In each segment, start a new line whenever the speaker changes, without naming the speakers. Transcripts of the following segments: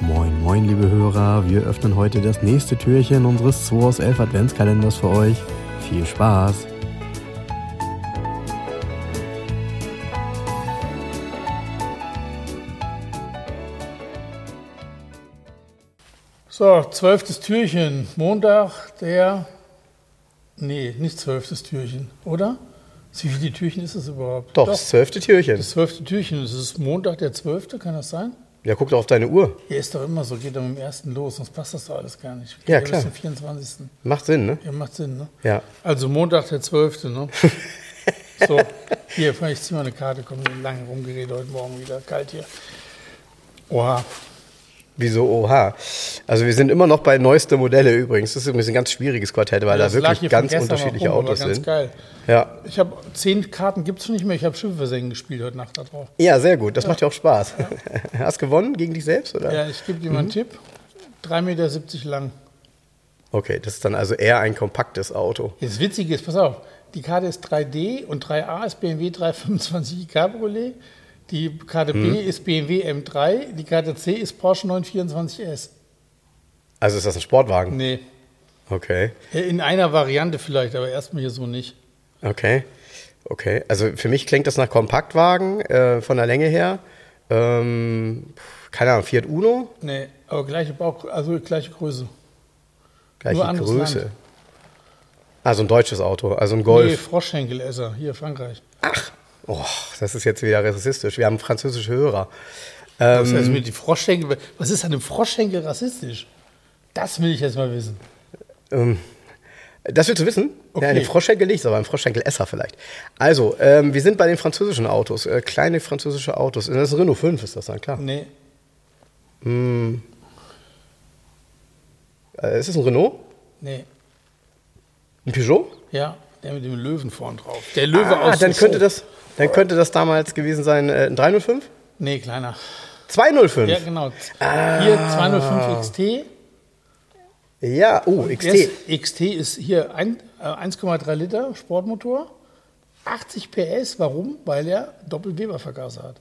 Moin, moin, liebe Hörer. Wir öffnen heute das nächste Türchen unseres 2 aus 11 Adventskalenders für euch. Viel Spaß!
So, zwölftes Türchen, Montag, der. Nee, nicht zwölftes Türchen, oder? Wie viele Türchen ist es überhaupt?
Doch, das zwölfte Türchen.
Das zwölfte Türchen, es ist Montag, der zwölfte, kann das sein?
Ja, guck doch auf deine Uhr.
Hier ist doch immer so, geht doch mit dem ersten los, sonst passt das doch alles gar nicht. Geht
Ja,
bis
klar.
zum 24.
Macht Sinn, ne?
Ja, macht Sinn, ne?
Ja.
Also Montag, der 12., ne? so, hier, ich zieh mal eine Karte, komm, lange rumgeredet heute Morgen wieder, kalt hier. Oha,
Wieso? Oha. Also wir sind immer noch bei neueste Modelle übrigens. Das ist übrigens ein ganz schwieriges Quartett, weil da wirklich
von
ganz
gestern noch
unterschiedliche
rum, aber
Autos
ganz
sind.
geil.
Ja.
Ich habe zehn Karten gibt's nicht mehr, ich habe Schiffversenken gespielt heute Nacht da drauf.
ja, sehr gut. Das macht ja auch Spaß. Hast gewonnen gegen dich selbst, oder?
Ja, ich gebe dir mal einen Tipp. 3,70 Meter lang.
Okay, das ist dann also eher ein kompaktes Auto.
Das Witzige ist, pass auf, die Karte ist 3D und 3A ist BMW 325i Cabriolet. Die Karte B ist BMW M3, die Karte C ist Porsche 924S.
Also ist das ein Sportwagen?
Nee,
Okay.
in einer Variante vielleicht, aber erstmal hier so nicht.
Okay. Okay. Also für mich klingt das nach Kompaktwagen äh, von der Länge her. Ähm, pf, keine Ahnung, Fiat Uno?
Nee, aber gleiche Bauch, also gleiche Größe.
Gleiche
Nur anderes
Größe.
Land.
Also ein deutsches Auto, also ein
Nee,
Golf.
Froschschenkelesser, hier Frankreich.
Oh, das ist jetzt wieder rassistisch. Wir haben französische Hörer.
Das ist also
Ähm,
mit die Froschschenkel, was ist an einem Froschschenkel rassistisch? Das will ich jetzt mal wissen.
Ähm, das willst du wissen?
Okay.
Ja, eine Froschschenkel nicht, aber ein Froschschenkel-Esser vielleicht. Also, ähm, wir sind bei den französischen Autos. Äh, kleine französische Autos. Das ist ein Renault 5, ist das dann, klar.
Nee,
Äh, ist es ein Renault?
nee.
Ein Peugeot?
Ja, der mit dem Löwen vorn drauf. Der Löwe
Ah,
aus.
dann könnte, das, dann könnte das damals gewesen sein, äh, ein 305?
Nee, kleiner.
205?
Ja, genau. Hier
Ah.
205 XT.
Ja, oh, XT.
Der Ist, XT ist hier ein- äh, 1,3 Liter Sportmotor. 80 PS, warum? Weil er Doppel-Weber-Vergaser hat.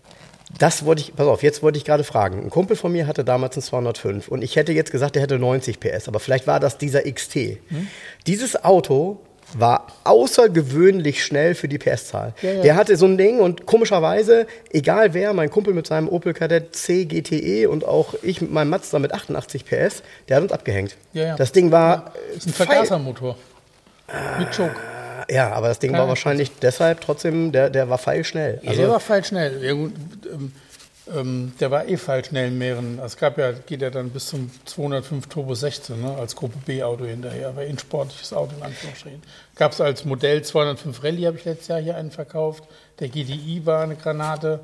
Das wollte ich, pass auf, jetzt wollte ich gerade fragen. Ein Kumpel von mir hatte damals einen 205 und ich hätte jetzt gesagt, der hätte 90 PS, aber vielleicht war das dieser XT.
Hm?
Dieses Auto war außergewöhnlich schnell für die PS-Zahl.
Ja, ja.
Der hatte so ein Ding und komischerweise, egal wer, mein Kumpel mit seinem Opel Kadett C GTE und auch ich mit meinem Mazda mit 88 PS, der hat uns abgehängt.
Ja, ja.
Das Ding war
Das ist ein
feil.
Vergasermotor. Mit Choke.
Ja, aber das Ding war
Keine
wahrscheinlich deshalb trotzdem, der, der war feilschnell.
Ja,
Also,
der war feilschnell. Ja, gut, ähm, ähm, der war eh feilschnell in mehreren. Es gab ja, geht ja dann bis zum 205 Turbo 16 ne, als Gruppe B-Auto hinterher. War eh ein sportliches Auto in Anführungsstrichen. Gab es als Modell 205 Rallye, habe ich letztes Jahr hier einen verkauft. Der GDI war eine Granate.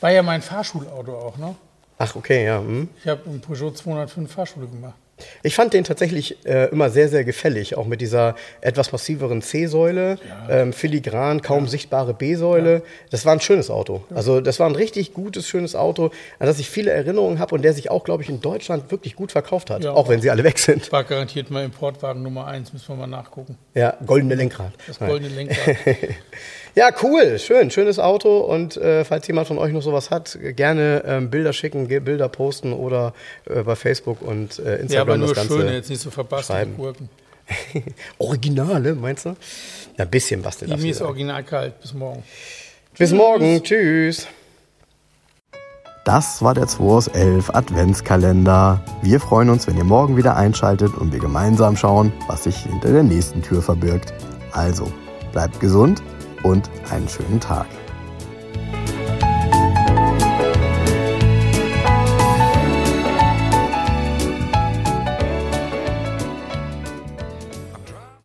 War ja mein Fahrschulauto auch. Ne?
ach, okay, ja. Hm.
Ich habe einen Peugeot 205 Fahrschule gemacht.
Ich fand den tatsächlich äh, immer sehr, sehr gefällig, auch mit dieser etwas massiveren C-Säule, ähm, filigran, kaum sichtbare B-Säule. Das war ein schönes Auto. Also das war ein richtig gutes, schönes Auto, an das ich viele Erinnerungen habe und der sich auch, glaube ich, in Deutschland wirklich gut verkauft hat,
Ja.
auch wenn sie alle weg sind.
War garantiert mal Importwagen Nummer 1, müssen wir mal nachgucken.
Ja, goldene Lenkrad.
Das
Nein.
goldene Lenkrad.
ja, cool, schön, schönes Auto. Und äh, falls jemand von euch noch sowas hat, gerne ähm, Bilder schicken, ge- Bilder posten oder äh, bei Facebook und äh, Instagram
Ja, aber nur
das Ganze.
schöne, jetzt nicht so verbastelte
schreiben.
Gurken.
Originale, meinst du? Ja, ein bisschen bastelt.
Die
darfst du
mir ist
sagen.
original kalt. Bis morgen.
Bis morgen. Tschüss.
Das war der 2 aus 11 Adventskalender. Wir freuen uns, wenn ihr morgen wieder einschaltet und wir gemeinsam schauen, was sich hinter der nächsten Tür verbirgt. Also, bleibt gesund und einen schönen Tag.